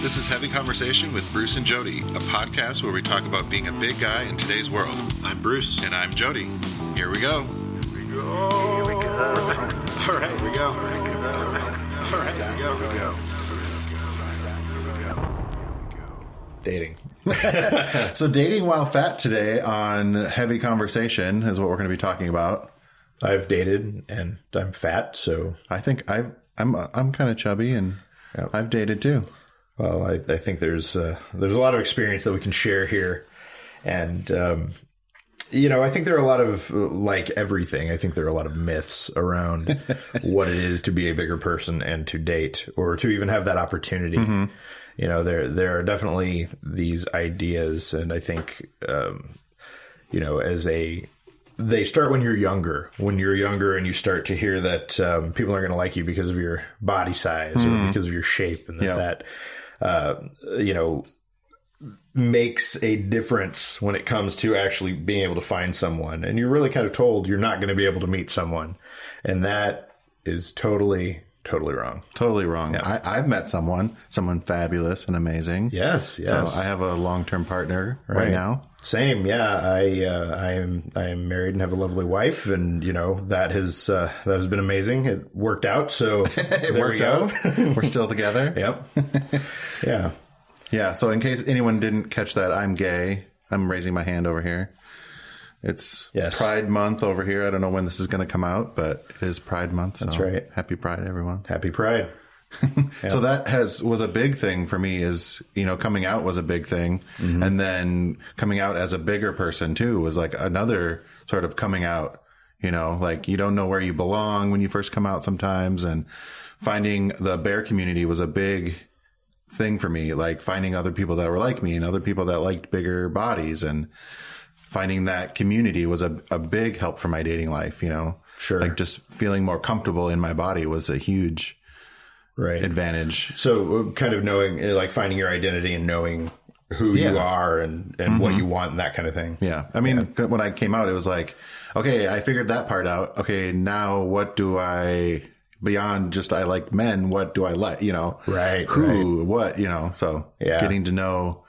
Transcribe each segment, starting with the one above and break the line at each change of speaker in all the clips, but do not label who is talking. This is Heavy Conversation with Bruce and Jody, a podcast where we talk about being a big guy in today's world.
I'm Bruce.
And I'm Jody. Here we go.
All right, here we go. All right, here we go. Here we go.
dating.
So dating while fat today on heavy conversation is what we're going to be talking about.
I've dated and I'm fat, so
I think I've I'm I'm kind of chubby and
Yep.
I've dated too.
well, I, I think there's uh, there's a lot of experience that we can share here, and um, you know, I think there are a lot of uh, like everything. I think there are a lot of myths around what it is to be a bigger person and to date or to even have that opportunity.
Mm-hmm.
You know, there there are definitely these ideas, and I think um, you know, as a they start when you're younger. When you're younger, and you start to hear that um, people aren't going to like you because of your body size or because of your shape, and that
Hmm. Yeah.
that uh, you know makes a difference when it comes to actually being able to find someone. And you're really kind of told you're not going to be able to meet someone, and that is totally totally wrong.
Totally wrong. I, I've met someone, someone fabulous and amazing.
Yes,
So
yes.
I have a long term partner right,
Right.
now.
Same, yeah. I uh, I am I am married and have a lovely wife, and you know that has uh, that has been amazing. It worked out, so it
Worked out. we're still together.
Yep. yeah.
Yeah. So in case anyone didn't catch that, I'm gay. I'm raising my hand over here. It's
Yes.
Pride Month over here. I don't know when this is going to come out, but it is Pride Month. That's
right.
Happy Pride, everyone.
Happy Pride.
So that has was a big thing for me is, you know, coming out was a big thing and then coming out as a bigger person too was like another sort of coming out, you know, like you don't know where you belong when you first come out sometimes and finding the bear community was a big thing for me, like finding other people that were like me and other people that liked bigger bodies and finding that community was a, a big help for my dating life, you know.
Sure.
Like just feeling more comfortable in my body was a huge
Right.
advantage.
so uh, kind of knowing, uh, like finding your identity and knowing who you are and and
Mm-hmm.
what you want and that kind of thing.
Yeah. I mean, when I came out, it was like, okay, I figured that part out. Okay. Now what do I, beyond just I like men, what do I like, you know?
Right,
Who, what, you know? So
Yeah.
getting to know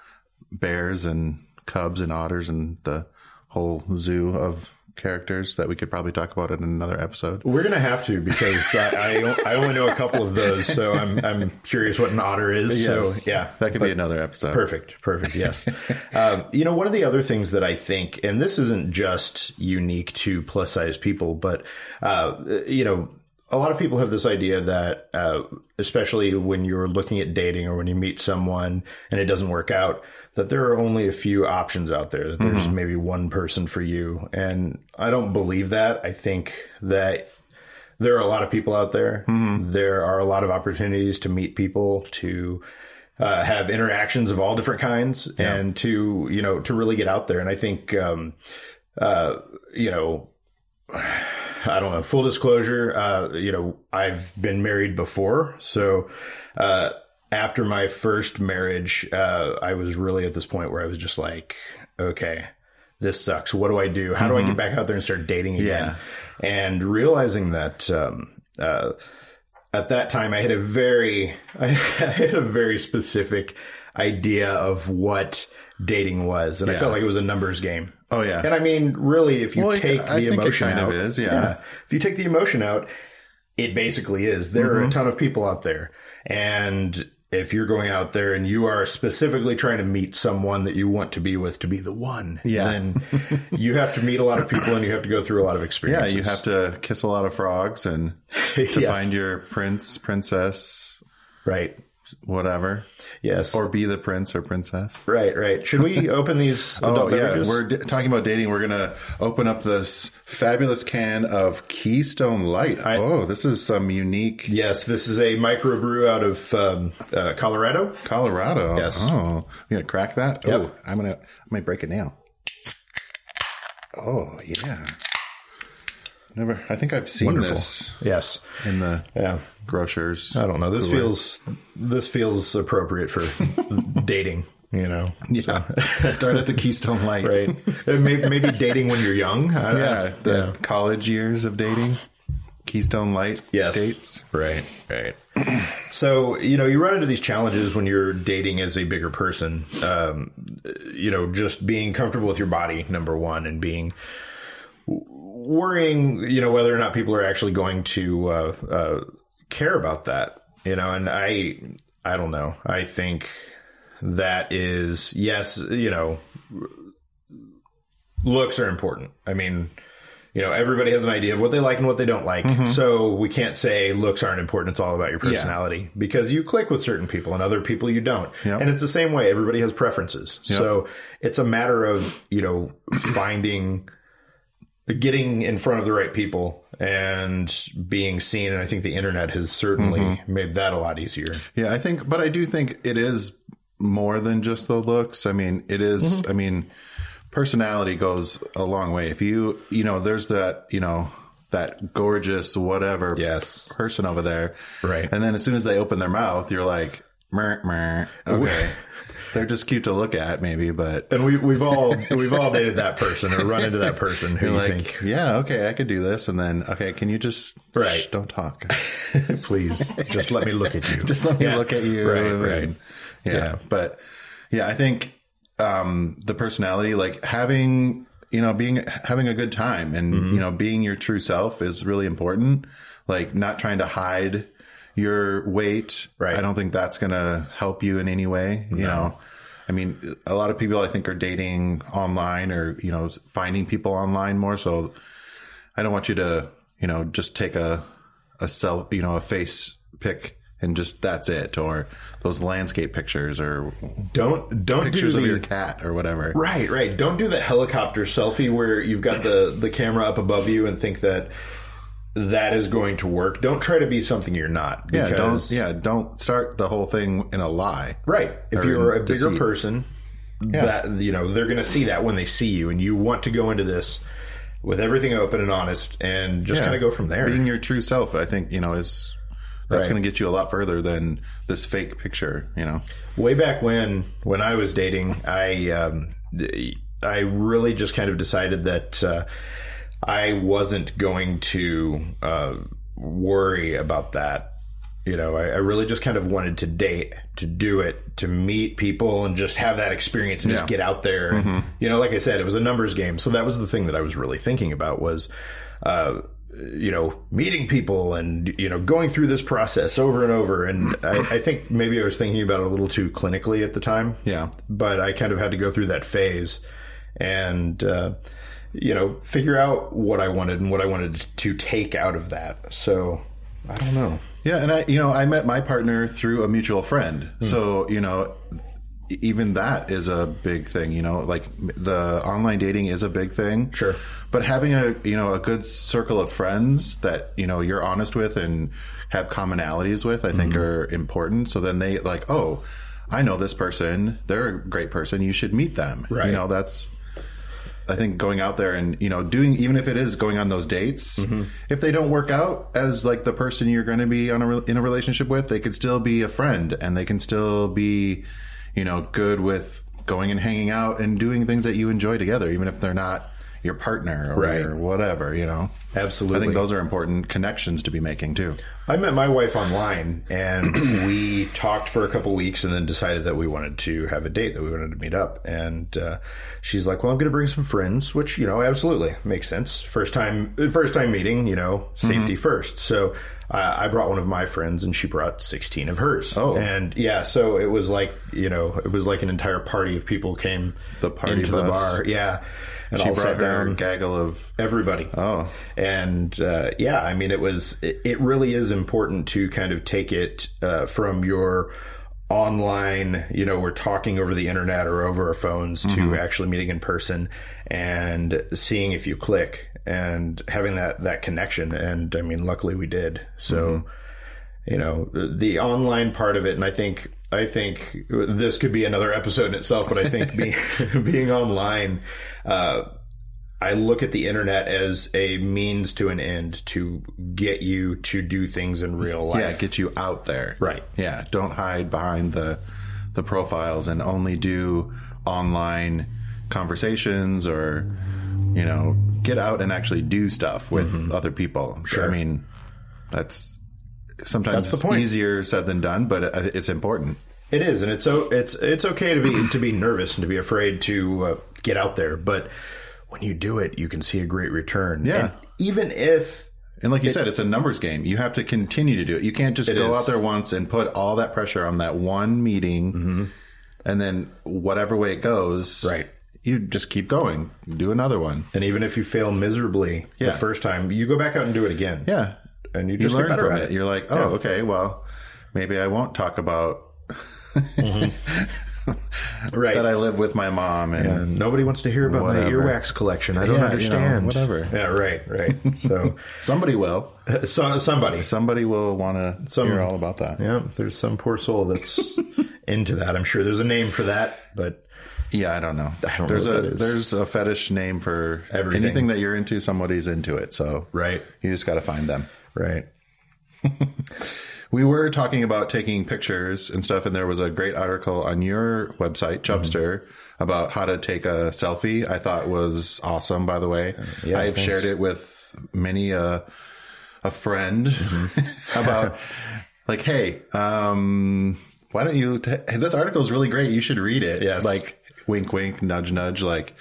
bears and cubs and otters and the whole zoo of characters that we could probably talk about in another episode.
We're gonna have to because I, I I only know a couple of those, so I'm I'm curious what an otter is.
Yes.
So yeah,
That could be another episode.
Perfect, perfect. Yes. um, you know, one of the other things that I think, and this isn't just unique to plus size people, but uh, you know, a lot of people have this idea that, uh, especially when you're looking at dating or when you meet someone and it doesn't work out, that there are only a few options out there. That there's maybe one person for you, and I don't believe that. I think that there are a lot of people out there. There are a lot of opportunities to meet people, to uh, have interactions of all different kinds, and to you know to really get out there. And I think um, uh, you know. I don't know. Full disclosure, uh, you know, I've been married before. So, uh, after my first marriage, uh, I was really at this point where I was just like, okay, this sucks. What do I do? How do I get back out there and start dating again? And realizing that, um, uh, at that time, I had a very, I had a very specific idea of what dating was, and I felt like it was a numbers game.
Oh, yeah.
and I mean, really, if you
Well, I-
take
I
the
think it
emotion
kind of
out,
is, yeah.
if you take the emotion out, it basically is. There
Mm-hmm.
are a ton of people out there. And if you're going out there and you are specifically trying to meet someone that you want to be with to be the one,
Yeah.
then you have to meet a lot of people and you have to go through a lot of
Yeah.
experiences.
You have to kiss a lot of frogs and to
Yes.
find your prince, princess,
Right.
whatever,
Yes.
or be the prince or princess.
right, right. Should we open these
Oh
adult
yeah,
beverages?
we're d- talking about dating. We're gonna open up this fabulous can of Keystone Light. oh, this is some unique
Yes, this is a microbrew out of um, uh, Colorado.
Colorado.
Yes.
Oh, you gonna crack that?
Yep.
Oh, I'm gonna I might break a nail. Oh yeah. Never. I think I've seen this
Yes.
in the
Yeah.
grocers.
I don't know. This feels this feels appropriate for dating. You know,
Yeah. Start at the Keystone Light.
right? maybe, maybe dating when you're young. Uh, I don't
Yeah.
know.
The college years of dating. Keystone Light
Yes.
dates.
Right. Right. So, you know, you run into these challenges when you're dating as a bigger person. Um, you know, just being comfortable with your body, number one, and being worrying, you know, whether or not people are actually going to uh, uh, care about that. You know, and I, I don't know. I think that is yes. You know, looks are important. I mean, you know, everybody has an idea of what they like and what they don't like. So we can't say looks aren't important. It's all about your personality because you click with certain people and other people you don't.
Yep.
And it's the same way. Everybody has preferences. So it's a matter of, you know, finding, getting in front of the right people and being seen. And I think the internet has certainly made that a lot easier.
Yeah, I think, but I do think it is more than just the looks. I mean, it
Mm-hmm.
is- I mean, personality goes a long way. If you, you know, there's that, you know, that gorgeous whatever
Yes.
person over there,
Right.
And then as soon as they open their mouth, you're like, mer, mer. okay, they're just cute to look at, maybe, but
And we, we've all, we've all dated that person or run into that person who you
like, yeah, okay, I could do this, and then okay, can you just
Right.
shh, don't talk,
think, please just let me look at you.
just let me look at you,
Right,
and
right.
yeah. but yeah i think um the personality like having you know being having a good time and you know being your true self is really important like not trying to hide your weight
Right.
i don't think that's gonna help you in any way you know i mean a lot of people i think are dating online or you know finding people online more so i don't want you to you know just take a a self you know a face pic and just that's it or those landscape pictures or
Don't, don't
pictures
do
of
the-
your cat or whatever.
Right, right. Don't do that helicopter selfie where you've got the the camera up above you and think that that is going to work. Don't try to be something you're not.
Yeah,
Because,
don't yeah, don't start the whole thing in a lie.
Right. If
Or
you're a
in
bigger
deceit.
person, that you know they're going to see that when they see you, and you want to go into this with everything open and honest, and just
Yeah.
kind of go from there.
Being your true self, I think, you know, is that's
Right.
going to get you a lot further than this fake picture, you know.
way back when when I was dating, I um, I really just kind of decided that uh, I wasn't going to uh, worry about that. You know, I, I really just kind of wanted to date, to do it, to meet people, and just have that experience and just get out there. And, you know, like I said, it was a numbers game, so that was the thing that I was really thinking about was. Uh, you know, meeting people and, you know, going through this process over and over. And I, I think maybe I was thinking about it a little too clinically at the time.
Yeah.
But I kind of had to go through that phase and, uh, you know, figure out what I wanted and what I wanted to take out of that. So I don't know.
Yeah, and I, you know, I met my partner through a mutual friend.
Hmm.
So, you know, e- even that is a big thing, you know, like m- the online dating is a big thing.
Sure.
But having a, you know, a good circle of friends that, you know, you're honest with and have commonalities with, I
Hmm.
think are important. So then they like, "Oh, I know this person. They're a great person. You should meet them."
Right.
You know, that's I think going out there and you know doing even if it is going on those dates,
Mm-hmm.
if they don't work out as like the person you're going to be on a re- in a relationship with, they could still be a friend and they can still be you know good with going and hanging out and doing things that you enjoy together, even if they're not your partner or
Right.
your whatever. You know,
Absolutely.
I think those are important connections to be making too.
I met my wife online and we talked for a couple weeks and then decided that we wanted to have a date, that we wanted to meet up. And uh, she's like, Well, I'm going to bring some friends, which, you know, absolutely makes sense. First time, first time meeting, you know, safety
Mm-hmm.
first. So uh, I brought one of my friends and she brought 16 of hers.
Oh.
And yeah, so it was like, you know, it was like an entire party of people came
The party
into the
bus.
bar. Yeah. And
She
all
brought
sat
her
down
gaggle of
everybody.
Oh.
and uh, yeah, I mean, it was it, it really is important to kind of take it uh, from your online, you know, we're talking over the internet or over our phones to actually meeting in person and seeing if you click and having that that connection. And I mean, luckily we did. So you know the online part of it and i think i think this could be another episode in itself but i think being being online uh I look at the internet as a means to an end to get you to do things in real life.
yeah, get you out there.
Right.
Yeah, don't hide behind the the profiles and only do online conversations or you know,
Mm-hmm.
get out and actually do stuff with other people. Sure. I mean, that's sometimes
That's the point.
easier said than done, but it- it's important.
It is, and it's o- it's it's okay to be to be nervous and to be afraid to uh, get out there, but when you do it, you can see a great return.
Yeah.
And even if
And like you said, it's a numbers game. You have to continue to do it. You can't just go
is.
out there once and put all that pressure on that one meeting, and then whatever way it goes,
Mm-hmm. Right.
You just keep going, do another one.
and even if you fail miserably
Yeah.
the first time, you go back out and do it again.
Yeah,
and you
you
just
learn
get better
from
at
it. You're like, oh, okay, well, maybe I won't talk about
right.
that I live with my mom and
And Nobody wants to hear about my
Whatever.
earwax collection. I don't
Yeah, you know,
understand.
whatever.
Yeah, right, right. So,
somebody will.
so somebody,
Somebody will want to
Some-
hear all about that.
yeah, there's some poor soul that's into that. I'm sure there's a name for that, but
Yeah, I don't know. I
don't know
there's
what
a
that is.
there's a fetish name for
Everything.
anything that you're into. Somebody's into it, so
Right.
You just got to find them.
right.
We were talking about taking pictures and stuff, and there was a great article on your website,
Mm-hmm.
Chubster, about how to take a selfie. I thought was awesome. By the way,
Uh, yeah,
I've
thanks.
shared it with many a a friend
Mm-hmm.
about like, hey, um, why don't you? T- hey, this article is really great. You should read it.
Yes.
Like, wink, wink, nudge, nudge. Like,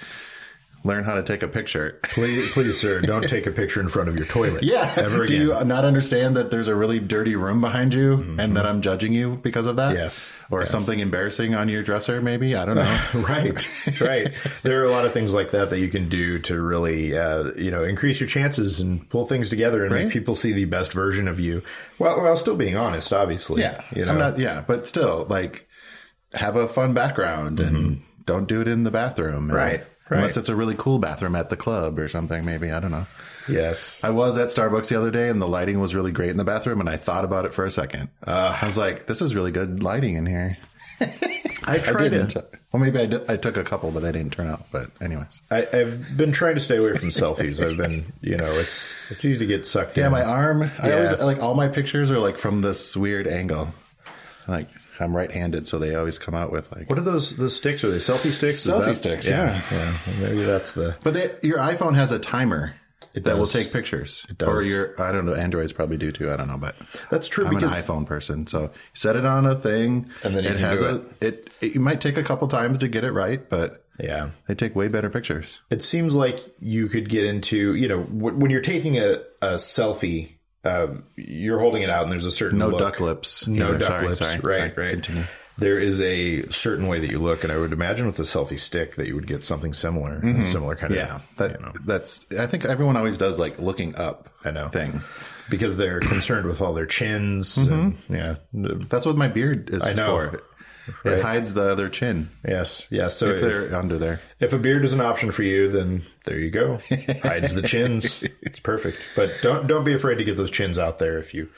learn how to take a picture.
Please, please, sir, don't take a picture in front of your toilet.
Yeah.
ever again. Mm-hmm.
Do you not understand that there's a really dirty room behind you and that I'm judging you because of that?
Yes.
Or something embarrassing on your dresser, maybe? I don't know.
Right, right. There are a lot of things like that that you can do to really, uh, you know, increase your chances and pull things together and
Right.
make people see the best version of you. While, while still being honest, obviously.
yeah.
you know,
I'm not, yeah. But still, like, have a fun background and don't do it in the bathroom. And-
Mm-hmm. Right, right.
Unless it's a really cool bathroom at the club or something, maybe. I don't know.
yes,
I was at Starbucks the other day and the lighting was really great in the bathroom and I thought about it for a second. I was like, this is really good lighting in here.
I
I
tried
didn't.
it.
Well, maybe I, did, I took a couple, but they didn't turn out. But, anyways.
I, I've been trying to stay away from selfies. I've been, you know, it's it's easy to get sucked
Yeah,
in.
my arm. I
Yeah.
always like all my pictures are like from this weird angle. Like I'm right-handed, so they always come out with like.
what are those? Those sticks? Are they selfie sticks? Is
Selfie sticks,
yeah. Well, maybe that's the.
But they, your iPhone has a timer
It
that will
does.
take pictures. It
does.
Or your I don't know. Androids probably do too. I don't know, but
That's true
I'm
because
an iPhone person, so you set it on a thing,
And then you
it
can
has
do
a it. It might take a couple times to get it right, but
yeah.
they take way better pictures.
it seems like you could get into you know w- when you're taking a, a selfie um, you're holding it out and there's a certain
No
look.
duck lips.
no
either.
duck
Sorry,
lips
sorry,
right
sorry.
right
Continue.
there is a certain way that you look and i would imagine with the selfie stick that you would get something similar a similar kind
Mm-hmm. Yeah,
of
that,
you know,
that's. I think everyone always does like looking up.
I know.
thing.
because they're concerned with all their chins
Mm-hmm.
and yeah
That's what my beard is
I know.
for. It
Right.
hides the other chin
yes yes so
if
if,
they're under there.
If a beard is an option for you, then there you go. Hides the chins. It's perfect. But don't don't be afraid to get those chins out there if you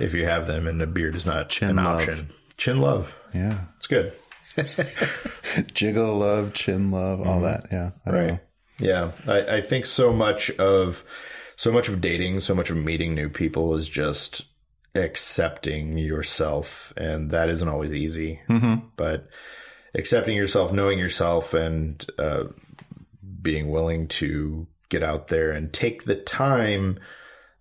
if you have them and a beard is not an
love.
option. Chin love.
Yeah.
It's good.
Jiggle love, chin love, all that. Yeah. I don't know.
Yeah. I, I think so much of so much of dating, so much of meeting new people is just accepting yourself and that isn't always easy. Mm-hmm. But accepting yourself, knowing yourself and uh being willing to get out there and take the time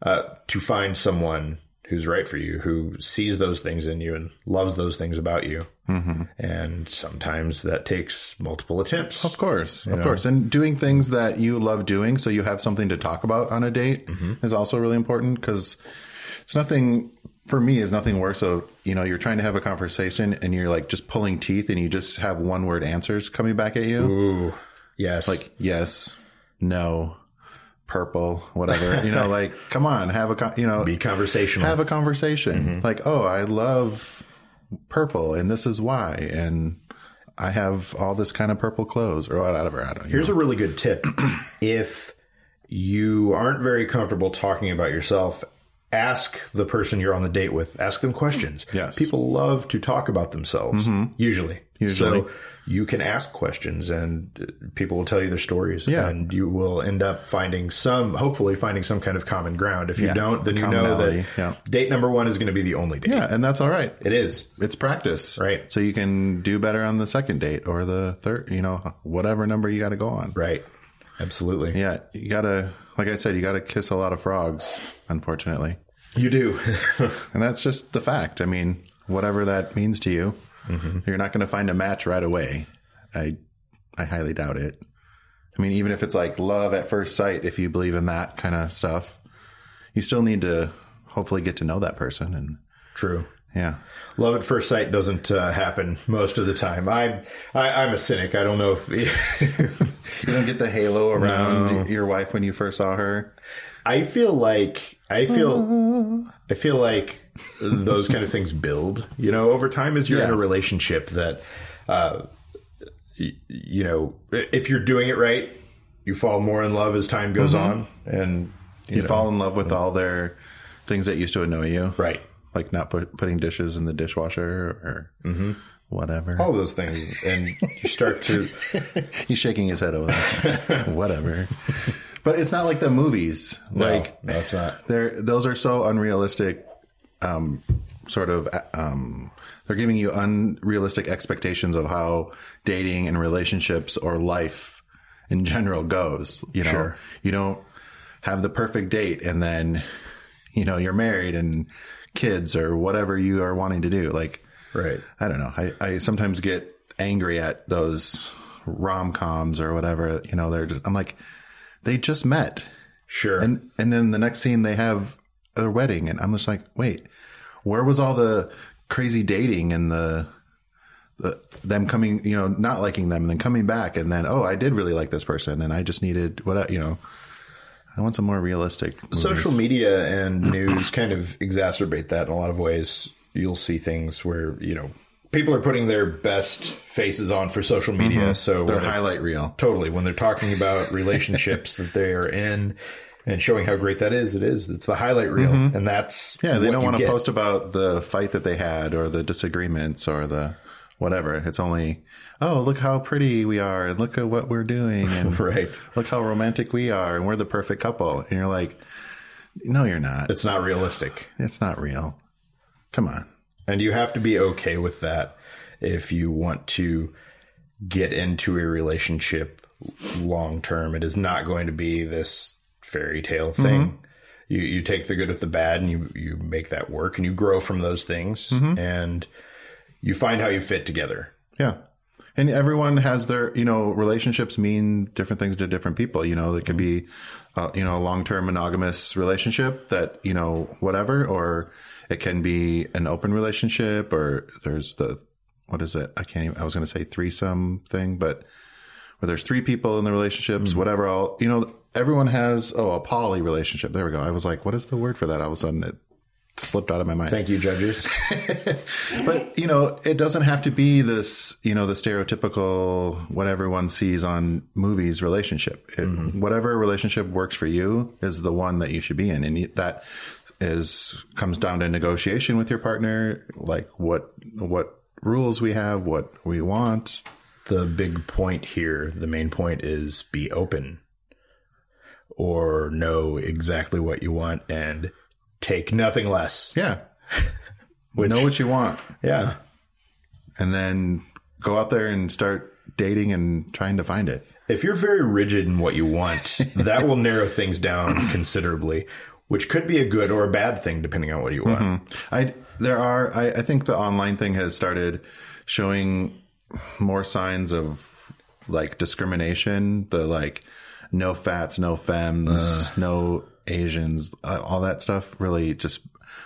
uh, to find someone who's right for you, who sees those things in you and loves those things about you. Mm-hmm. And sometimes that takes multiple attempts.
Of course. Of course. And doing things that you love doing so you have something to talk about on a date
Mm-hmm.
is also really important because it's nothing for me is nothing worse of you know you're trying to have a conversation and you're like just pulling teeth and you just have one word answers coming back at you
Ooh, yes. Like
yes no purple whatever you know like come on have a con- you know
be conversational.
have a conversation
Mm-hmm.
like oh i love purple and this is why and i have all this kind of purple clothes or whatever i don't know
Here's a really good tip. if you aren't very comfortable talking about yourself, ask the person you're on the date with, ask them questions.
Yes. Mm-hmm.
People love to talk about themselves, usually.
Usually.
So you can ask questions and uh, people will tell you their stories.
Yeah.
And you will end up finding some, hopefully, finding some kind of common ground. If you
Yeah.
don't, then you know that
Commonality, yeah.
date number one is going to be the only date.
yeah and that's all right
It is.
it's practice
Right.
so you can do better on the second date or the third you know whatever number you got to go on
Right. Absolutely.
yeah you gotta like i said you gotta kiss a lot of frogs unfortunately
You do.
And that's just the fact. I mean, whatever that means to you, you're not going to find a match right away. I I highly doubt it. I mean, even if it's like love at first sight, if you believe in that kind of stuff, you still need to hopefully get to know that person and
True.
yeah.
Love at first sight doesn't uh, happen most of the time. I'm I, I'm a cynic. I don't know if
You don't get the halo around your wife when you first saw her.
I feel like I feel I feel like those kind of things build. You know, over time as you're in a
Yeah.
relationship that, uh, y- you know, i- if you're doing it right, you fall more in love as time goes on, and
You, fall in love with all their things that used to annoy you.
right.
Like not put, putting dishes in the dishwasher or whatever.
All those things, and you start to.
He's shaking his head over there. Whatever. But it's not like the movies. Like
no, it's not.
they're those are so unrealistic. Um, sort of. Um, they're giving you unrealistic expectations of how dating and relationships or life in general goes. You know,
Sure.
you don't have the perfect date, and then you know you're married and kids or whatever you are wanting to do. Like
Right.
I don't know. I, I sometimes get angry at those rom coms or whatever. You know, they're just, I'm like, they just met.
Sure.
And, and then the next scene, they have a wedding. And I'm just like, wait, where was all the crazy dating and the, the them coming, you know, not liking them and then coming back and then, oh, I did really like this person and I just needed what, you know, I want some more realistic. movies.
social media and news kind of exacerbate that in a lot of ways. You'll see things where you know people are putting their best faces on for social media. So
their
when they-
Mm-hmm. highlight reel.
totally when they're talking about relationships that they are in and showing how great that is, it is. It's the highlight reel, and that's
Mm-hmm. Yeah, they
what
don't
you
want to
get.
post about the fight that they had or the disagreements or the whatever. It's only, oh, look how pretty we are and look at what we're doing and
Right.
look how romantic we are and we're the perfect couple. And you're like, no, you're not.
It's not realistic,
It's not real. Come on.
and you have to be okay with that if you want to get into a relationship long term. It is not going to be this fairy tale thing. You you take the good with the bad, and you you make that work, and you grow from those things, and you find how you fit together.
Yeah. And everyone has their, you know, relationships mean different things to different people. You know, it could be, uh, you know, a long term monogamous relationship that, you know, whatever, or it can be an open relationship, or there's the, what is it? I can't even, I was going to say threesome thing, but where there's three people in the relationships, whatever. All, you know, everyone has, oh, a poly relationship. There we go. I was like, what is the word for that? All of a sudden it slipped out of my mind
Thank you, judges.
but you know it doesn't have to be this you know the stereotypical what everyone sees on movies relationship it,
Mm-hmm.
whatever relationship works for you is the one that you should be in and you- that is comes down to negotiation with your partner like what what rules we have what we want
the big point here, the main point is be open or know exactly what you want and take nothing less.
yeah know what you want
Yeah.
and then go out there and start dating and trying to find it
If you're very rigid in what you want, that will narrow things down considerably, which could be a good or a bad thing depending on what you want.
I there are I, I think the online thing has started showing more signs of like discrimination. The like no fats, no femmes, no Asians, uh, all that stuff. Really, just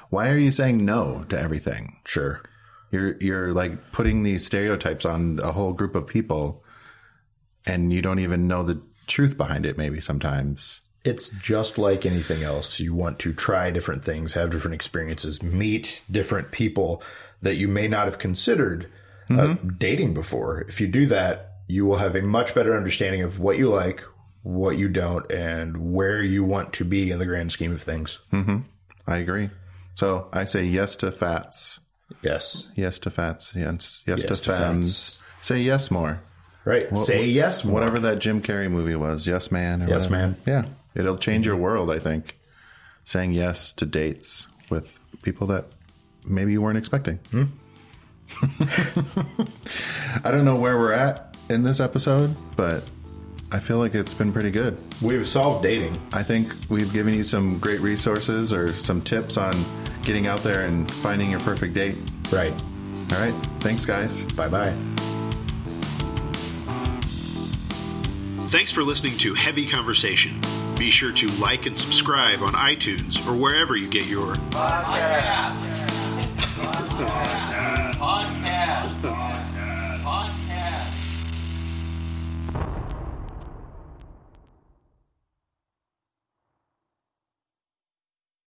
why are you saying no to everything?
Sure.
You're you're like putting these stereotypes on a whole group of people, and you don't even know the truth behind it. Maybe sometimes.
It's just like anything else. You want to try different things, have different experiences, meet different people that you may not have considered uh, dating before. If you do that, you will have a much better understanding of what you like, what you don't, and where you want to be in the grand scheme of things.
I agree. So I say yes to fats.
Yes.
Yes to fats. Yes, yes,
Yes
to,
to
femmes. Say yes more.
Right. Say yes. More.
Whatever that Jim Carrey movie was, Yes Man. Or
Yes
whatever.
Man.
Yeah, it'll change your world. I think saying yes to dates with people that maybe you weren't expecting.
Hmm.
I don't know where we're at in this episode, but I feel like it's been pretty good.
We've solved dating.
I think we've given you some great resources or some tips on getting out there and finding your perfect date.
Right.
All right. Thanks, guys.
Bye bye.
Thanks for listening to Heavy Conversation. Be sure to like and subscribe on iTunes or wherever you get your
Podcast. Podcast.